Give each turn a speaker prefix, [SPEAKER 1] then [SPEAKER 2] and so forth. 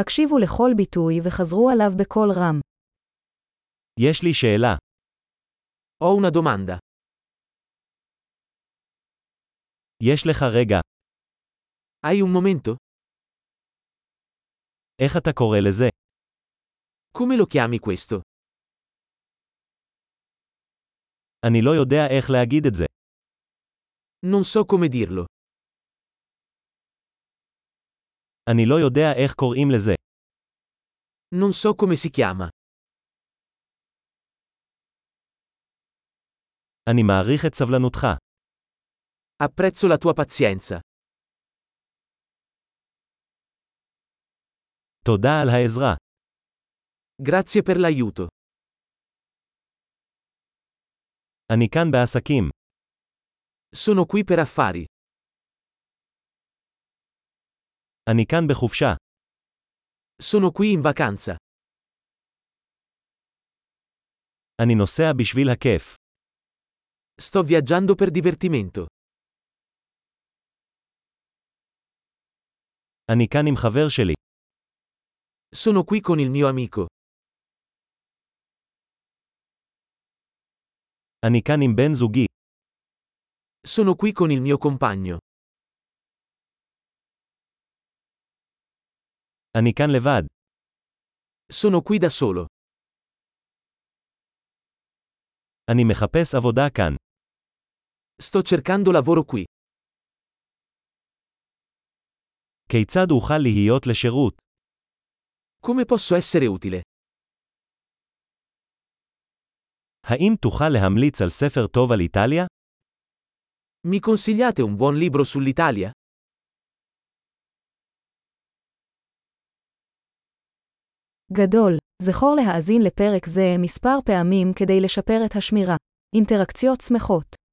[SPEAKER 1] הקשיבו לכל ביטוי וחזרו עליו בקול רם.
[SPEAKER 2] יש לי שאלה.
[SPEAKER 3] Ho una domanda.
[SPEAKER 2] יש לך רגע.
[SPEAKER 3] Hai un momento?
[SPEAKER 2] איך אתה קורא לזה?
[SPEAKER 3] Come lo chiami questo?
[SPEAKER 2] אני לא יודע איך להגיד את זה.
[SPEAKER 3] Non so come dirlo.
[SPEAKER 2] אני לא יודע איך קוראים לזה.
[SPEAKER 3] Non so come si chiama.
[SPEAKER 2] אני מעריך את סבלנותך.
[SPEAKER 3] Apprezzo la tua pazienza.
[SPEAKER 2] תודה על העזרה.
[SPEAKER 3] Grazie per l'aiuto.
[SPEAKER 2] אני כאן בעסקים.
[SPEAKER 3] Sono qui per affari.
[SPEAKER 2] אני כאן בחופשה.
[SPEAKER 3] Sono qui in vacanza.
[SPEAKER 2] אני נוסע בשביל הכיף.
[SPEAKER 3] Sto viaggiando per divertimento.
[SPEAKER 2] אני כאן עם חבר שלי.
[SPEAKER 3] Sono qui con il mio amico.
[SPEAKER 2] אני כאן עם בן זוגי.
[SPEAKER 3] Sono qui con il mio compagno.
[SPEAKER 2] אני כאן לבד.
[SPEAKER 3] Sono qui da solo.
[SPEAKER 2] אני מחפש עבודה כאן.
[SPEAKER 3] Sto cercando lavoro qui.
[SPEAKER 2] כיצד אוכל להיות לשירות?
[SPEAKER 3] Come posso essere utile?
[SPEAKER 2] האם תוכל להמליץ על ספר טוב על איטליה?
[SPEAKER 3] Mi consigliate un buon libro sull'Italia?
[SPEAKER 1] גדול, זכור להאזין לפרק זה מספר פעמים כדי לשפר את השמירה. אינטראקציות שמחות